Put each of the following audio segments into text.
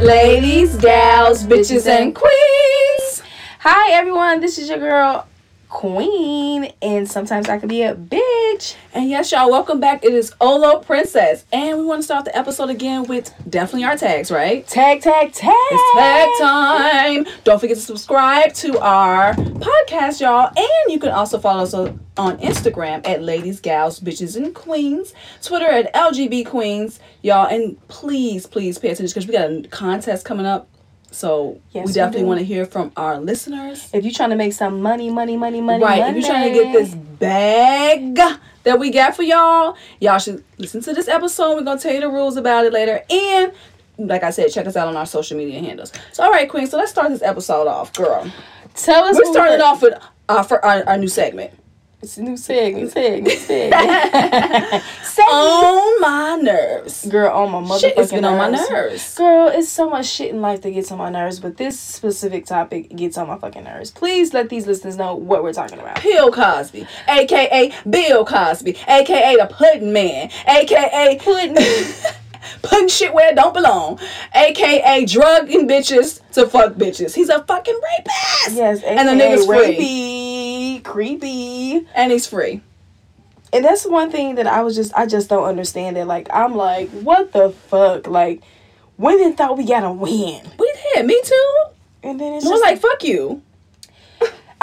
Ladies, gals, bitches, and queens. Hi, everyone. This is your girl, Queen, and sometimes I can be a bitch. And yes, y'all, welcome back. It is Olo Princess. And we want to start the episode again with definitely our tags, right? Tag, tag, tag. It's tag time. Don't forget to subscribe to our podcast, y'all. And you can also follow us on on Instagram at Ladies, Gals, Bitches, and Queens. Twitter at LGB Queens, y'all. And please, please pay attention because we got a contest coming up. So Yes, we we definitely do. want to hear from our listeners. If you're trying to make some money, money, money, money, Right. If you're trying to get this bag that we got for y'all, y'all should listen to this episode. We're gonna tell you the rules about it later. And like I said, check us out on our social media handles. So all right, Queen, so let's start this episode off, girl. tell us We're what starting off with uh, for our, our new segment. It's a new segment, segment, segment. segment. On my nerves. Girl, on my motherfucking Um, Shit has been on my nerves. nerves. Girl, it's so much shit in life that gets on my nerves, but this specific topic gets on my fucking nerves. Please let these listeners know what we're talking about. Bill Cosby, aka Bill Cosby, aka the Pudding Man, aka Pudding, putting shit where it don't belong, aka drugging bitches to fuck bitches. He's a fucking rapist. Yes, and the nigga's free, rapey, creepy, and he's free. and that's one thing that I was just I just don't understand it. Like I'm like, what the fuck? Like women thought we gotta win, We did. Me too. and then it's More just like fuck you.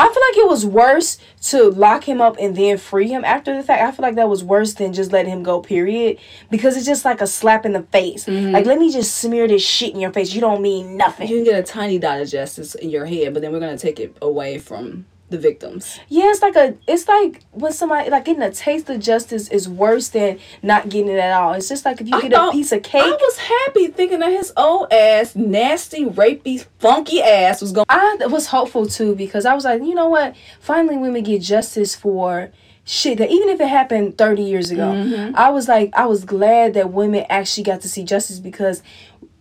I feel like it was worse to lock him up and then free him after the fact. I feel like that was worse than just letting him go, period. Because it's just like a slap in the face. Like, let me just smear this shit in your face. You don't mean You nothing. can get a tiny dot of justice in your head, but then we're gonna take it away from the victims. Yeah, it's like a, it's like when somebody, like getting a taste of justice is worse than not getting it at all. It's just like if you I get thought- a piece of cake. I was happy thinking that his old ass, nasty, rapey, funky ass was gonna. I was hopeful too because I was like, you know what? Finally, women get justice for shit that even if it happened 30 years ago, Mm-hmm. I was like, I was glad that women actually got to see justice because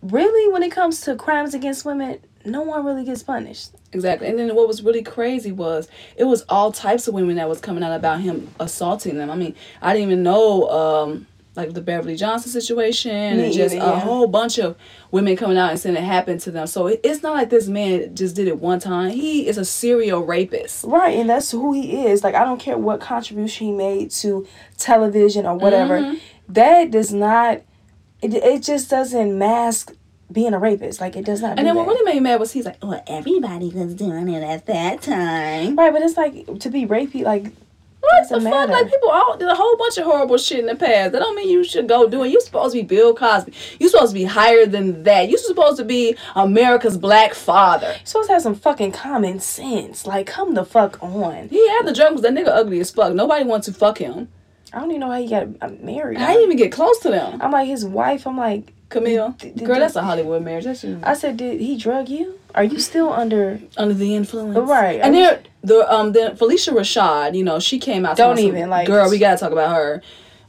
really, when it comes to crimes against women, no one really gets punished. Exactly. And then what was really crazy was it was all types of women that was coming out about him assaulting them. I mean, I didn't even know um like the Beverly Johnson situation Me and just either, a yeah. whole bunch of women coming out and saying it happened to them. So it, it's not like this man just did it one time. He is a serial rapist. Right, and that's who he is. Like, I don't care what contribution he made to television or whatever, Mm-hmm. that does not, it, it just doesn't mask being a rapist. Like, it does not. And do then what that. really made me mad was he's like, "Oh, everybody was doing it at that time." Right, but it's like to be rapey, like What Doesn't the fuck? matter. Like people all did a whole bunch of horrible shit in the past. That don't mean you should go do it. You supposed to be Bill Cosby. You supposed to be higher than that. You supposed to be America's black father. supposed to have some fucking common sense. Like, come the fuck on. He had the drugs. That nigga ugly as fuck. Nobody wants to fuck him. I don't even know how he got uh, married. I didn't even get close to them. I'm like his wife. I'm like, Camille, Did- did- girl, that's a Hollywood marriage. That's you. I said, did he drug you? Are you still under? under the influence, Right. And there, the um, the Felicia Rashad, you know, she came out. Don't saying some- even, like- girl. We gotta talk about her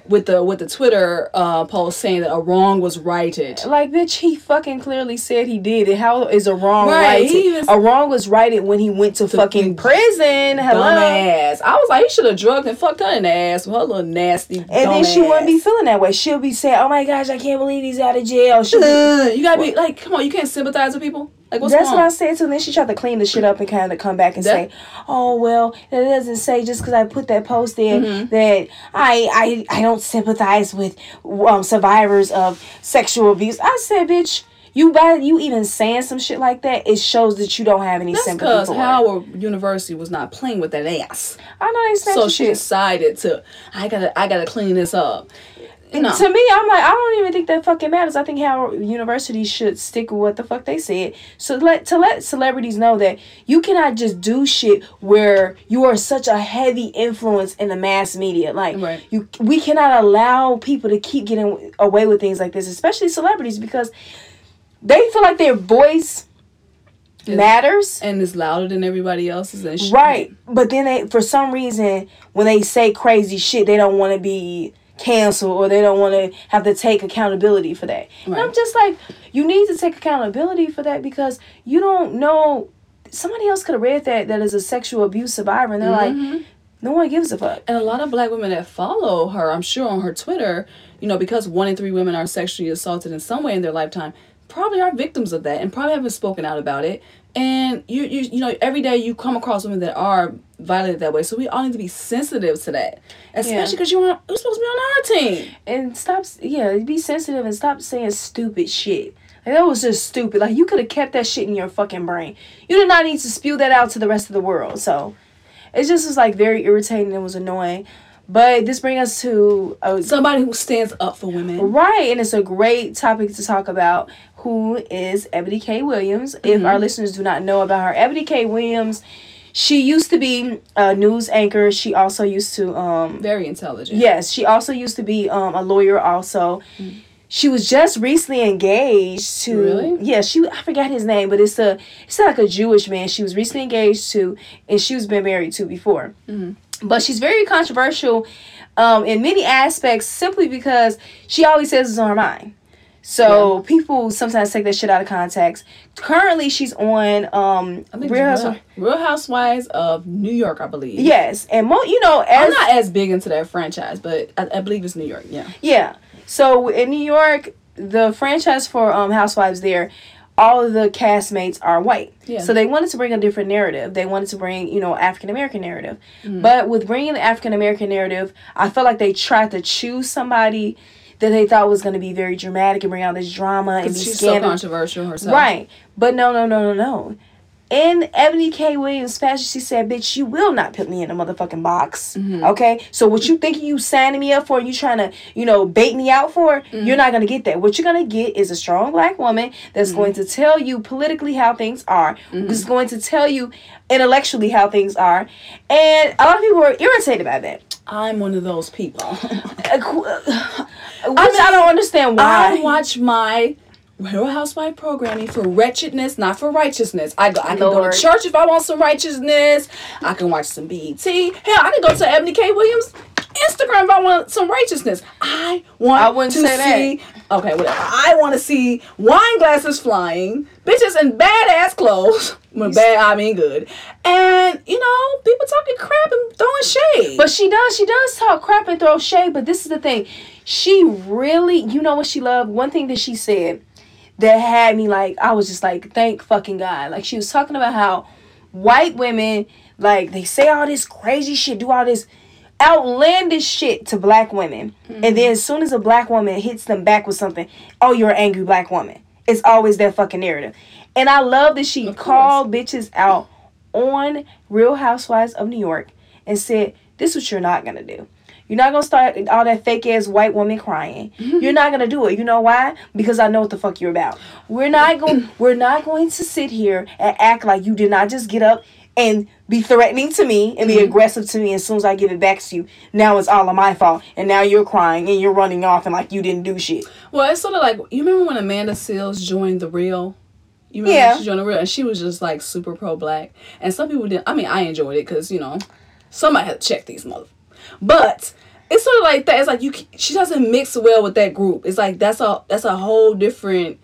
with the with the Twitter uh post saying that a wrong was righted. Like, bitch, he fucking clearly said he did it. How is a wrong Right, righted? he even- a wrong was righted when he went to fucking prison. Hello. Dumbass. I was like, he should have drugged and fucked her in the ass with her little nasty. And then she wouldn't be feeling that way. She'll be saying, "Oh my gosh, I can't believe he's out of jail." She'll be you gotta be like, come on, you can't sympathize with people. Like, what's That's wrong? what I said to her. Then she tried to clean the shit up and kind of come back and That- say, "Oh well, that doesn't say just because I put that post there Mm-hmm. that I I I don't sympathize with um, survivors of sexual abuse." I said, "Bitch, you by you even saying some shit like that, it shows that you don't have any That's sympathy because for it." Howard University was not playing with that ass, I know they said so some she shit. decided to. I gotta, I gotta clean this up. No, To me, I'm like, I don't even think that fucking matters. I think Howard University should stick with what the fuck they said. So let to let celebrities know that you cannot just do shit where you are such a heavy influence in the mass media. Like Right. you, we cannot allow people to keep getting away with things like this, especially celebrities, because they feel like their voice Is- matters. and it's louder than everybody else's. And she, Right. But then they for some reason when they say crazy shit, they don't want to be canceled or they don't want to have to take accountability for that. And I'm Right. just like you need to take accountability for that because you don't know somebody else could have read that that is a sexual abuse survivor and they're like no one gives a fuck. And a lot of black women that follow her, I'm sure on her Twitter, you know, because one in three women are sexually assaulted in some way in their lifetime, probably are victims of that and probably haven't spoken out about it. And you, you, you know, every day you come across women that are violated that way. So we all need to be sensitive to that, especially because you're on, you're supposed to be on our team. and stop yeah be sensitive and stop saying stupid shit like that was just stupid like you could have kept that shit in your fucking brain you did not need to spew that out to the rest of the world so it just was like very irritating and was annoying but this brings us to a Somebody who stands up for women. Right, and it's a great topic to talk about. Who is Ebony K. Williams? If our listeners do not know about her, Ebony K. Williams, she used to be a news anchor. She also used to um, Very intelligent. Yes, she also used to be um, a lawyer. Also, she was just recently engaged to. Mm. Really? Yeah, she I forgot his name, but it's a it's like a Jewish man. She was recently engaged to, and she was been married to before. Mm-hmm. But she's very controversial um, in many aspects, simply because she always says what's on her mind. So people sometimes take that shit out of context. Currently, she's on um, I Real think it's Real, Housewives- Real Housewives of New York, I believe. Yes, and mo- you know, as I'm not as big into that franchise, but I, I believe it's New York. Yeah. Yeah. So in New York, the franchise for um, Housewives there, all of the castmates are white. Yeah. So they wanted to bring a different narrative. They wanted to bring, you know, African American narrative. Mm. But with bringing the African American narrative, I felt like they tried to choose somebody that they thought was going to be very dramatic and bring out this drama and be She's so scandal. controversial herself. Right. But no, no, no, no, no. In Ebony K. Williams' fashion, she said, Bitch, you will not put me in a motherfucking box. Okay? So, what you thinking you signing me up for, you trying to, you know, bait me out for, you're not going to get that. What you're going to get is a strong black woman that's going to tell you politically how things are, who's going to tell you intellectually how things are. And a lot of people are irritated by that. I'm one of those people. Uh, qu- uh, Which I, don't understand why. I watch my Real Housewife programming for wretchedness, not for righteousness. I go. I can go Lord. to church if I want some righteousness. I can watch some BET. Hell, I can go to Ebony K. Williams Instagram if I want some righteousness. I want. I wouldn't to say that. see. Okay, whatever. I want to see wine glasses flying, bitches in badass clothes. When bad, I mean good. And you know, people talking crap and throwing shade. But she does. She does talk crap and throw shade. But this is the thing. She really, you know what she loved? One thing that she said that had me like, I was just like, thank fucking God. Like she was talking about how white women, like they say all this crazy shit, do all this outlandish shit to black women. And then as soon as a black woman hits them back with something, oh, you're an angry black woman. It's always that fucking narrative. And I love that she course. called bitches out on Real Housewives of New York and said, This is what you're not gonna do. You're not gonna start all that fake ass white woman crying. You're not gonna do it. You know why? Because I know what the fuck you're about. We're not going we're not going to sit here and act like you did not just get up and be threatening to me and be aggressive to me as soon as I give it back to you. Now it's all of my fault. And now you're crying and you're running off and like you didn't do shit. Well, it's sort of like you remember when Amanda Seals joined the Real. You remember Yeah. when she joined the Real, and she was just like super pro black, and some people didn't. I mean, I enjoyed it because you know somebody had to check these mother. But it's sort of like that. It's like you. c- She doesn't mix well with that group. It's like that's a that's a whole different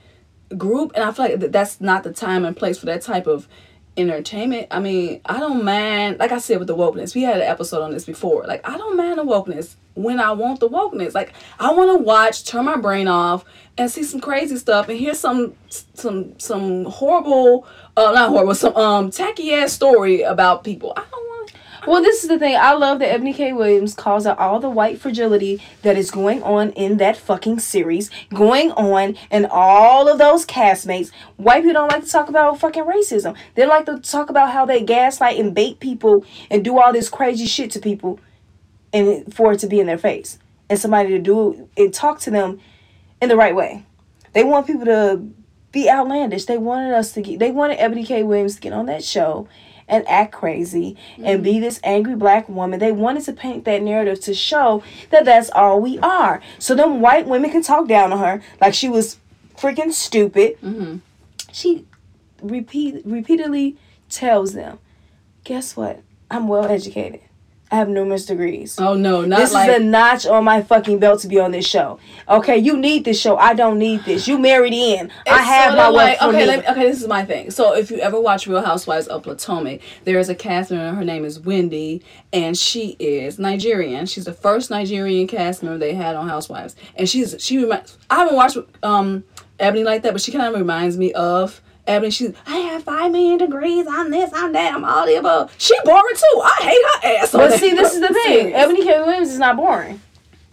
group, and I feel like that that's not the time and place for that type of entertainment. I mean, I don't mind. Like I said with the wokeness, we had an episode on this before. Like I don't mind the wokeness when I want the wokeness. Like I want to watch, turn my brain off, and see some crazy stuff, and hear some some some horrible, uh, not horrible, some um tacky ass story about people. I don't want. Well, this is the thing. I love that Ebony K. Williams calls out all the white fragility that is going on in that fucking series, going on in all of those castmates. White people don't like to talk about fucking racism. They like to talk about how they gaslight and bait people and do all this crazy shit to people and it- for it to be in their face and somebody to do and talk to them in the right way. They want people to be outlandish. They wanted us to get. They wanted Ebony K. Williams to get on that show and act crazy and be this angry black woman. They wanted to paint that narrative to show that that's all we are. So them white women can talk down on her like she was freaking stupid. She repeat repeatedly tells them, "Guess what? I'm well educated. I have numerous degrees." Oh no, not This like is a notch on my fucking belt to be on this show. Okay, you need this show. I don't need this. You married in. I It's have sorta my like, work for okay, me. let me- okay, this is my thing. So if you ever watch Real Housewives of Potomac, there is a cast member. Her name is Wendy, and she is Nigerian. She's the first Nigerian cast member they had on Housewives, and she's she reminds. I haven't watched um Ebony like that, but she kind of reminds me of Ebony. She's, I have five million degrees. I'm this, I'm that, I'm all the above. She boring too. I hate her ass. on But that. see, this is the thing. Serious. Ebony K. Williams is not boring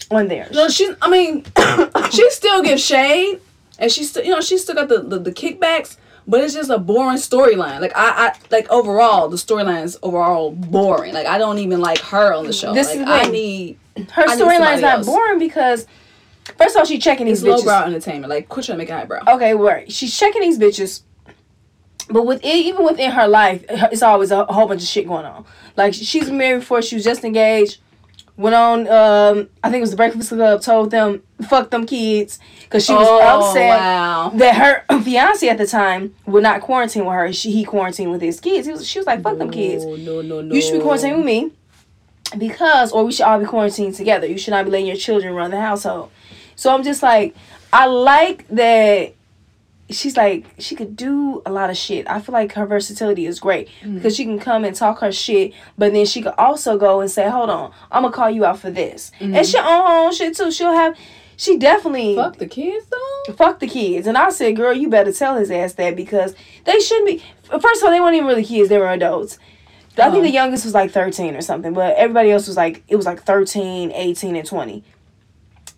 on there. No, she's. I mean, she still gives shade, and she still, you know, she still got the, the the kickbacks, but it's just a boring storyline. Like I, I like overall, the storyline is overall boring. Like I don't even like her on the show. This like is the I thing. need Her I need somebody storyline's not else. boring because first of all, she's checking these it's bitches. Oh, lowbrow entertainment. Like quit trying to make an eyebrow. Okay, where she's checking these bitches, but with even within her life, it's always a whole bunch of shit going on. Like she's married before she was just engaged. Went on, um, I think it was the Breakfast Club. Told them, "Fuck them kids," because she was upset Oh, Wow. that her fiance at the time would not quarantine with her. She he quarantined with his kids. He was, she was like, "Fuck them kids." No, no, no, no. You should be quarantined with me because, or we should all be quarantined together. You should not be letting your children run the household. So I'm just like, I like that she's like, she could do a lot of shit. I feel like her versatility is great Mm. because she can come and talk her shit, but then she could also go and say, hold on, I'm going to call you out for this. And she'll own her own shit too. She'll have, she definitely. Mm. Fuck the kids though. Fuck the kids. And I said, girl, you better tell his ass that because they shouldn't be. First of all, they weren't even really kids, they were adults. I think Oh. the youngest was like 13 or something, but everybody else was like, it was like 13, 18, and 20.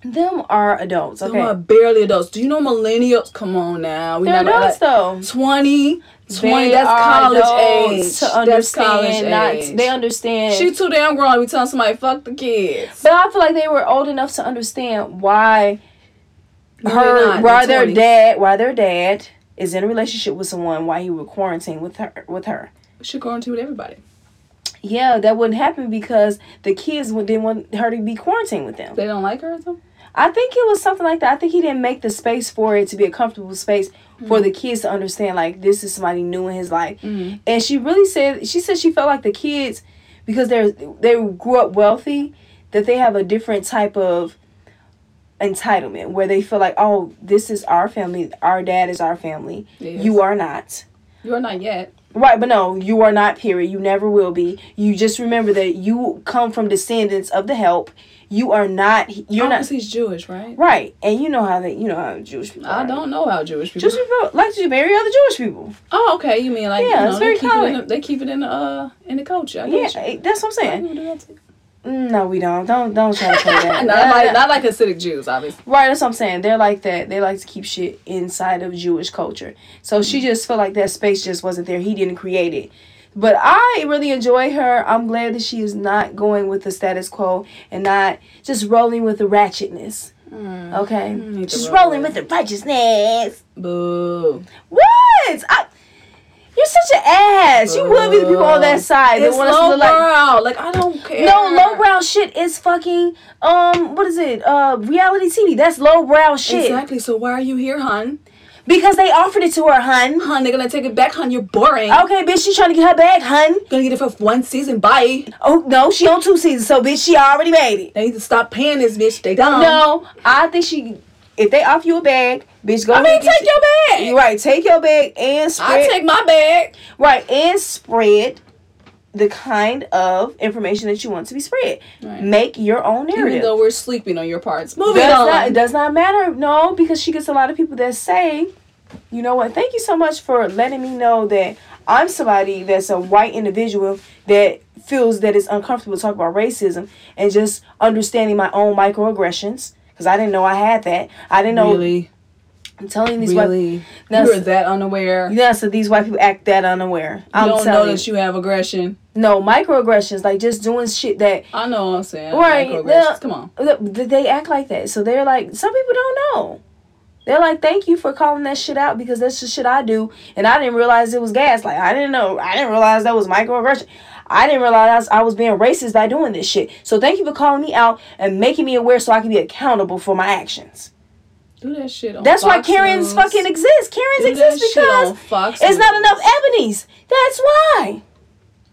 Them are adults, okay? They are barely adults. Do you know millennials? Come on now. We They're adults, though. 20, 20, They that's are college adults age. To That's college understand, not, age. they understand. She too damn grown. We telling somebody fuck the kids. but I feel like they were old enough to understand why No, they're her, not. why They're their 20s. dad, why their dad is in a relationship with someone, why he would quarantine with her, with her. She going to with everybody. Yeah, that wouldn't happen because the kids would, didn't want her to be quarantined with them. They don't like her or something. I think it was something like that. I think he didn't make the space for it to be a comfortable space for the kids to understand like this is somebody new in his life. Mhm. And she really said she said she felt like the kids because they're they grew up wealthy that they have a different type of entitlement where they feel like oh this is our family our dad is our family Yes. you are not You're not yet. Right, but no, you are not, period. You never will be. You just remember that you come from descendants of the help. You are not, you're not. Obviously, he's Jewish, right? Right, and you know how they, you know how Jewish people I are. don't know how Jewish people. Jewish people like to marry other Jewish people. oh, okay. You mean like Yeah, you know, it's they very keep it in common. the, they keep it in the uh in the culture. I Yeah, get you. eh, that's what I'm Black saying. people do that too. No, we don't. Don't don't try to play that. not, Nah, like, nah. not like Hasidic Jews, obviously. Right, that's what I'm saying. They're like that. They like to keep shit inside of Jewish culture. So she Mm. just felt like that space just wasn't there. He didn't create it. But I really enjoy her. I'm glad that she is not going with the status quo and not just rolling with the ratchetness. Mm. Okay? need to Just roll rolling with with the righteousness. Boo. What? I, you're such an ass. You would be the people on that side that It's want us to low look like brow. Like I don't care. no, lowbrow shit is fucking um what is it? Uh reality TV. That's lowbrow shit. Exactly. So why are you here, hun? Because they offered it to her, hun. Hun, they're gonna take it back, hun. You're boring. Okay, bitch, she trying to get her bag, hun. gonna get it for one season. Bye. Oh no, she on two seasons, so bitch, she already made it. They need to stop paying this bitch. They don't. No, I think she. If they offer you a bag, bitch, go. I mean, ahead and take get your bag. you- Right, take your bag and spread. I take my bag. right and spread the kind of information that you want to be spread. Right. Make your own narrative. Even though we're sleeping on your parts. Moving does on. not, it does not matter. No, because she gets a lot of people that say, you know what, thank you so much for letting me know that I'm somebody that's a white individual that feels that it's uncomfortable to talk about racism and just understanding my own microaggressions. Because I didn't know I had that. I didn't know. Really, I'm telling these white really. You That's- were that unaware. You Yeah, so these white people act that unaware. I'm don't know telling that you have aggression. No, microaggressions, like just doing shit that I know what I'm saying. Right, Oh, Microaggressions. now- Come on. Look, th- they act like that. So they're like, some people don't know. They're like, thank you for calling that shit out because that's the shit I do. And I didn't realize it was gas. Like, I didn't know. I didn't realize that was microaggression. I didn't realize I was being racist by doing this shit. So thank you for calling me out and making me aware so I can be accountable for my actions. Do that shit on That's why Fox Karens News. fucking exist. Karens Do that exist shit on because Fox it's not News. enough Ebony's. That's why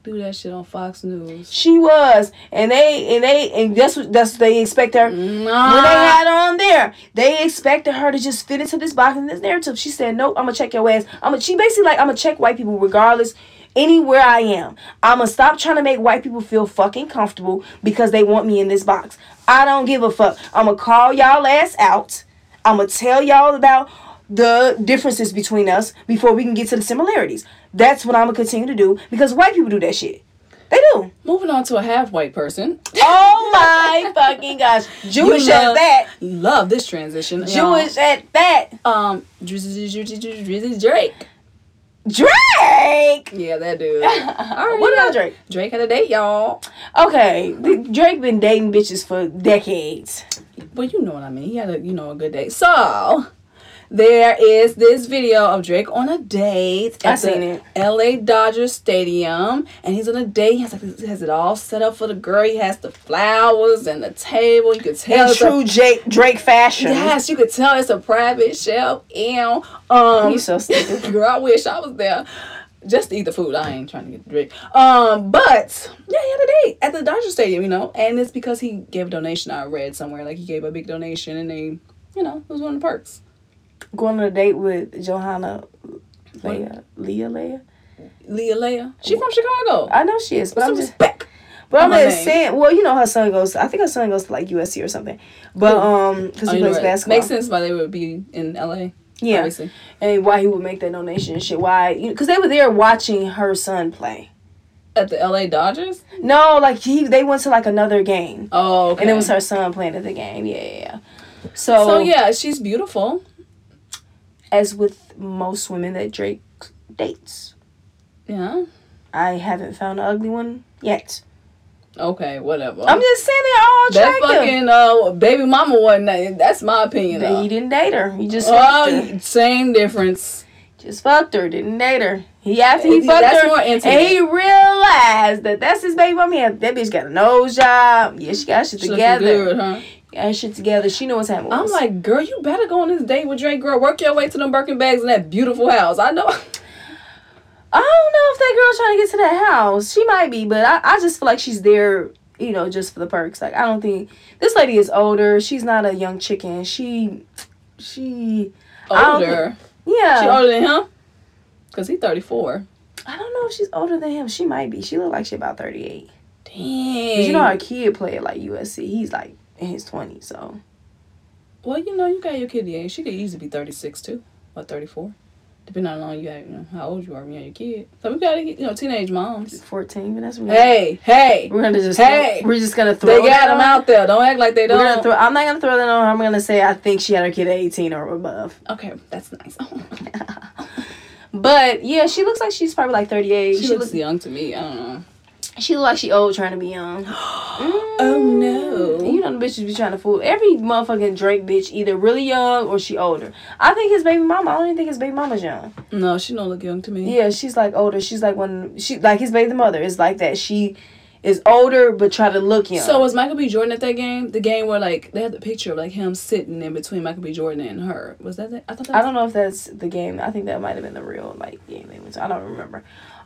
Do that shit on Fox News. she was, and they and they and that's what that's what they expect her. Nah. when they had on there. They expected her to just fit into this box and this narrative. She said, "Nope, I'm gonna check your ass. I'm gonna." She basically like, "I'm gonna check white people regardless." Anywhere I am, I'm gonna stop trying to make white people feel fucking comfortable because they want me in this box. I don't give a fuck. I'm gonna call y'all ass out. I'm gonna tell y'all about the differences between us before we can get to the similarities. That's what I'm gonna continue to do because white people do that shit. They do. Moving on to a half white person. Oh my fucking gosh. Jewish You at love- that. Love this transition. y'all. Jewish at that. Um, Drizzy Drizzy, Drizzy, Drizzy Drake. Drake. Yeah, that dude. Alright, What yeah. about Drake? Drake had a date, y'all. Okay, th- Drake been dating bitches for decades. Well, you know what I mean. He had a you know a good date. So there is this video of Drake on a date I at seen the it. LA Dodgers Stadium, and he's on a date. He has like he has it all set up for the girl. He has the flowers and the table. You could tell. In it's a- true Jake Drake fashion. Yes, you could tell it's a private chef. And um, You so stupid. girl, I wish I was there just to eat the food. I ain't trying to get the drink. Um, but yeah, he had a date at the Dodger Stadium, you know, and it's because he gave a donation. I read somewhere like he gave a big donation, and they, you know, it was one of the perks. Going on a date with Johanna Leah. Leah Leah? Leah Leah, she from Chicago. I know she is, but Put I'm some just respect. but I'm on her just name. saying well, you know her son goes I think her son goes to like USC or something. But um because Oh, he you know plays what? Oh, basketball. Makes sense why they would be in L.A. Yeah. obviously. And why he would make that donation and shit. Why you because they were there watching her son play. at the L.A. Dodgers. No, like he they went to like another game. Oh, okay. And it was her son playing at the game. Yeah, yeah, yeah. So, So yeah, she's beautiful. as with most women that Drake dates, Yeah. I haven't found an ugly one yet. Okay. Whatever. I'm just saying they're all That attractive. fucking uh, baby mama wasn't. that- That's my opinion. But though. he didn't date her. He just Oh, fucked her. you- same difference. Just fucked her. Didn't date her. He after he That's fucked her, more and intimate. he realized that that's his baby mama. Yeah, that bitch got a nose job. Yeah, she got shit She looking together. good, huh? Got her shit together. She knew what's happening. I'm like, girl, you better go on this date with Drake, girl. Work your way to them Birkin bags in that beautiful house. I know. I don't know if that girl trying to get to that house. She might be, but I, I just feel like she's there, you know, just for the perks. Like I don't think this lady is older. She's not a young chicken. She she I don't Older. Um, yeah. She older than him? Because he's 34. I don't know if she's older than him. She might be. She look like she about 38. Dang. 'Cause You know how a kid play at like USC. He's like in his 20s, so well, you know, you got your kid the age. She could easily be 36, too. Or 34. Depending on how long you have, you know, how old you are when you have your kid. So we got, you know, teenage moms. 14, but that's what Hey, hey. we're gonna just Hey. we're just gonna throw They got that them on- out there. Don't act like they We're gonna don't. throw, I'm not gonna throw that on. her. I'm gonna say I think she had her kid at 18 or above. okay, that's nice. Oh, But yeah, she looks like she's probably like 38. she looks young to me. I don't know. She look like she old trying to be young. Mm. Oh, no. You know the bitches be trying to fool every motherfucking Drake bitch either really young or she older. I think his baby mama. I don't even think his baby mama's young. No, she don't look young to me. Yeah, she's like older. She's like when she like his baby mother is like that. She is older but try to look young. So was Michael B. Jordan at that game? The game where like they had the picture of like him sitting in between Michael B. Jordan and her. Was that it? I thought that was, I don't know if that's the game. I think that might have been the real like game they went to. I don't remember.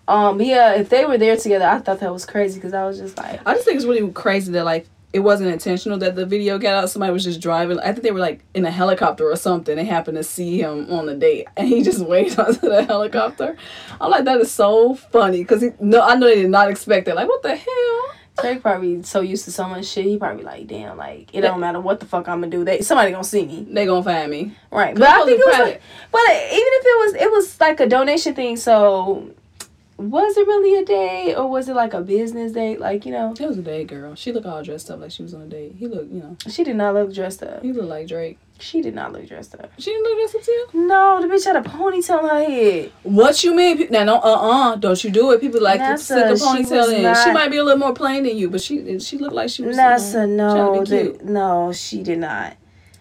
Um, but yeah, if they were there together, I thought that was crazy because I was just like, I just think it's really crazy that like it wasn't intentional that the video got out. Somebody was just driving. I think they were like in a helicopter or something. They happened to see him on the date, and he just waved onto the helicopter. I'm like, that is so funny because no, I know they did not expect that. Like, what the hell? Drake probably so used to so much shit. He probably like, damn, like it don't matter what the fuck I'm gonna do. They somebody gonna see me. They gonna find me. Right, but I Cause think it it was was. Like, but even if it was, it was like a donation thing. So, was it really a day or was it like a business date? Like you know, It was a date, girl. She looked all dressed up like she was on a date. He looked, you know, she did not look dressed up. he looked like Drake. She did not look dressed up. She didn't look dressed up to you. No, the bitch had a ponytail in her head. What you mean? Pe- Now, no, uh, uh-uh, uh, do not you do it. People like to Nessa, stick a she was ponytail in. not- she might be a little more plain than you, but she she looked like she was. uh, Nasa, no, trying to be the- no, she did not.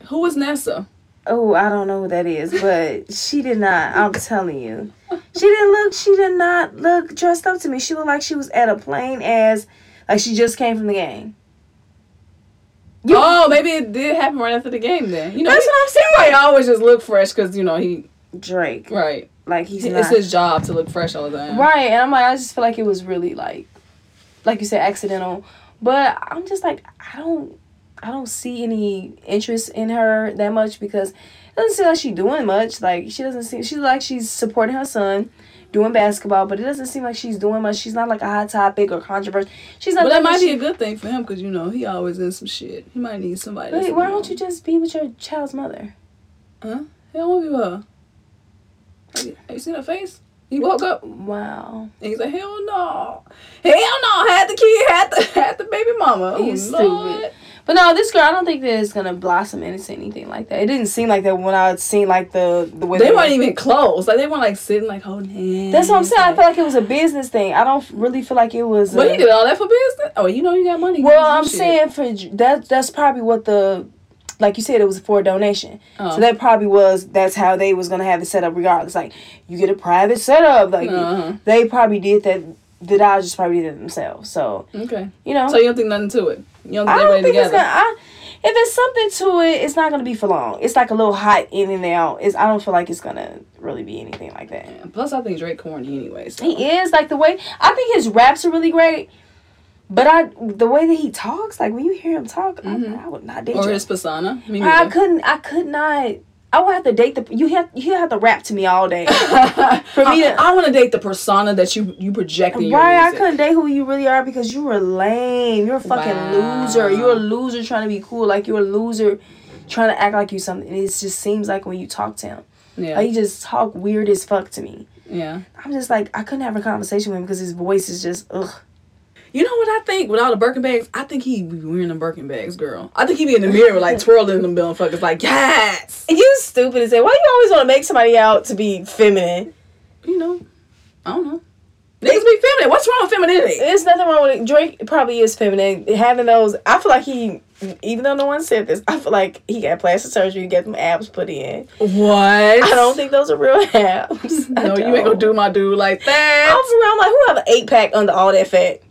Who was Nessa? Oh, I don't know who that is, but she did not. I'm telling you, she didn't look. She did not look dressed up to me. She looked like she was at a plain as, like she just came from the game. You- oh, maybe it did happen right after the game. Then you know, That's he, what I'm saying. he always just look fresh because you know he Drake. right. Like he's it's not his job to look fresh all the time. right, and I'm like, I just feel like it was really like, like you said, accidental. But I'm just like, I don't, I don't see any interest in her that much because it doesn't seem like she's doing much. Like she doesn't seem she's like she's supporting her son. Doing basketball, but it doesn't seem like she's doing much. She's not like a hot topic or controversial. She's not. But that doing might much. be a good thing for him because you know he always in some shit. He might need somebody. Wait, that's, why know- don't you just be with your child's mother? Huh? He don't want to be with her. Have you, have you seen her face? He woke up Wow. and he's like, hell no. Hell no. Had the kid, had the, had the baby mama. Oh, He's stupid. Lord. But no, this girl, I don't think that it's gonna blossom into anything like that. It didn't seem like that when I seen like the the way They weren't even close. Like, they weren't like sitting, like holding hands. That's what I'm saying. I like- feel like it was a business thing. I don't really feel like it was. But a- he did all that for business. Oh, you know you got money. Well, I'm Shit. saying for j- that. That's probably what the, like you said, it was for a donation. Oh. So that probably was. That's how they was gonna have it set up. Regardless, like you get a private setup. Like Uh-huh. they probably did that. The Dodgers probably did it themselves. So Okay. you know, So you don't think nothing to it. You don't think I they don't went think it's together. gonna. I, if it's something to it, it's not gonna be for long. It's like a little hot in and out. It's I don't feel like it's gonna really be anything like that. Yeah, Plus, I think Drake corny anyways. He is like the way I think his raps are really great, but I the way that he talks, like when you hear him talk, Mhm. I, I would not date Or you. his persona. Me I neither. couldn't. I could not. I would have to date the. You have. You have to rap to me all day. For me I, to- want to date the persona that you you project in your Why I music. couldn't date who you really are because you were lame. You're a fucking Wow. loser. You're a loser trying to be cool. Like you're a loser trying to act like you something. And it just seems like when you talk to him, Yeah. like he just talk weird as fuck to me. yeah. I'm just like I couldn't have a conversation with him because his voice is just ugh. You know what I think? With all the Birkin bags, I think he be wearing them Birkin bags, girl. I think he be in the mirror like twirling them motherfuckers, like yes. You stupid as hell. Why you always want to make somebody out to be feminine? You know, I don't know. Niggas be feminine. What's wrong with femininity? There's nothing wrong with it. Drake probably is feminine. Having those, I feel like he, even though no one said this, I feel like he got plastic surgery to get them abs put in. What? I don't think those are real abs. I No, you ain't gonna don't. do my dude like I'm that. for real. I'm like, who have an eight pack under all that fat?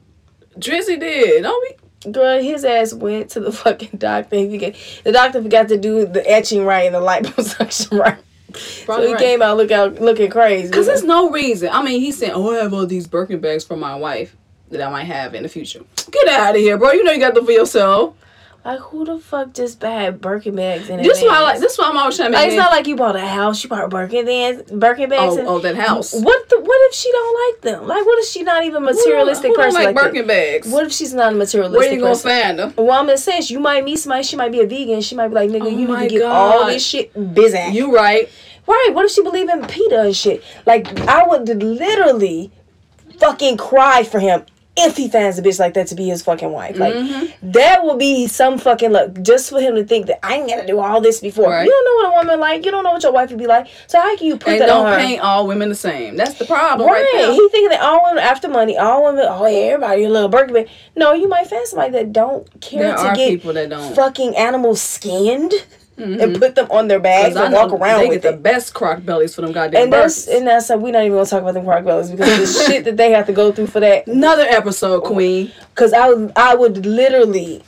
Drizzy did. Don't be. Girl, his ass went to the fucking doctor. He forget, the doctor forgot to do the etching right and the liposuction right. so Probably he right. came out look out looking crazy. Cause there's no reason. I mean, he said, "Oh, I have all these Birkin bags for my wife that I might have in the future." Get out of here, bro. You know you got them for yourself. Like who the fuck just bad Birkin bags in This is why I advance? like. This is why I'm always trying to Like, make. it's men- not like you bought a house. You bought Birkin bags. Birkin bags. oh, and- oh, that house. What the? What if she don't like them? Like, what if she not even a materialistic Who don't person? like like that? Birkin bags. What if she's not a materialistic Where you gonna person? find them? Well, I'm gonna say she might meet somebody. She might be a vegan. She might be like, nigga, Oh you need to my get all God. this shit busy. You right. right? What if she believe in Peter and shit? Like, I would literally fucking cry for him if he finds a bitch like that to be his fucking wife. Like, Mm-hmm. that will be some fucking luck just for him to think that I ain't gotta do all this before. Right. You don't know what a woman like. You don't know what your wife would be like. So how can you put And that don't on her? paint all women the same. That's the problem right, Right. there. he thinking that all women after money, all women, oh yeah, everybody a little Birkin. bag. No, you might find somebody that don't care There to are get people that don't. Mm-hmm. fucking animals skinned and put them on their bags 'Cause I and know walk around they with get it. the best crock bellies for them goddamn and that's Birkins. and that's uh, we're not even gonna talk about them crock bellies because the shit that they have to go through for that. Another episode, Queen. Because I would, I would literally,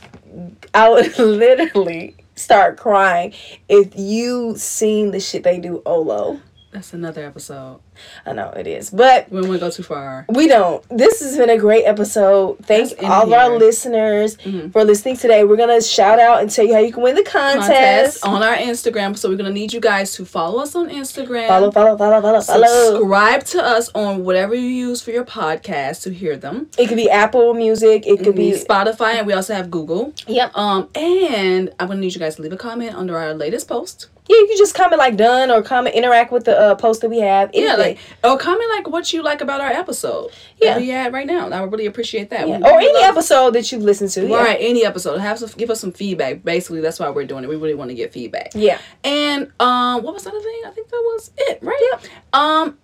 I would literally start crying if you seen the shit they do. Olo, That's another episode. I know it is, but We don't want to go too far. We don't. This has been a great episode. Thanks Let's end all of our here. Mm-hmm. listeners for listening today. We're gonna shout out and tell you how you can win the contest. Contest on our Instagram. So we're gonna need you guys to follow us on Instagram. Follow, follow, follow, follow, follow. Subscribe to us on whatever you use for your podcast to hear them. It could be Apple Music. It could be Spotify, and we also have Google. yep. Um, and I'm gonna need you guys to leave a comment under our latest post. Yeah, you can just comment like done or comment interact with the uh, post that we have. Yeah, Anything. like or comment like what you like about our episode. Yeah. Yeah, we had right now. I would really appreciate that. Yeah. We- or we any love- episode that you've listened to. Yeah. Right, any episode. Have some give us some feedback. Basically, that's why we're doing it. We really want to get feedback. Yeah. And um, what was the other thing? I think that was it, right? Yep. Um,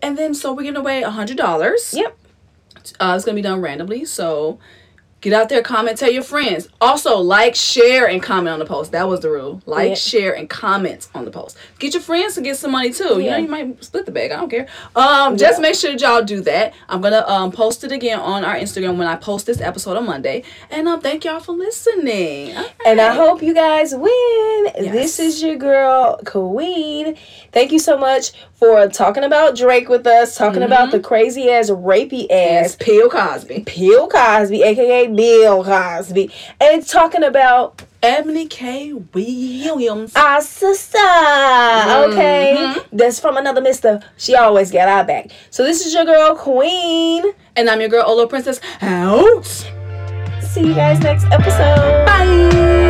and then so we're giving away a hundred dollars. Yep. Uh, it's gonna be done randomly. So get out there, comment, tell your friends. Also, like, share, and comment on the post. That was the rule. Like, Yeah. share, and comment on the post. Get your friends to get some money too. Yeah. You know, you might split the bag. I don't care. Um, just make sure that y'all do that. I'm gonna um post it again on our Instagram when I post this episode on Monday. And um, thank y'all for listening. All And I right. hope you guys win. Yes. This is your girl, Queen. Thank you so much for talking about Drake with us, talking about the crazy ass, rapey ass Mm-hmm. Yes, Peel Cosby. Bill Cosby, aka Bill Cosby, and talking about Ebony K. Williams. our sister. Okay, Mm-hmm. that's from another Mister. She always got our back. So this is your girl Queen. And I'm your girl, Olo Princess. Out. See you guys next episode. Bye.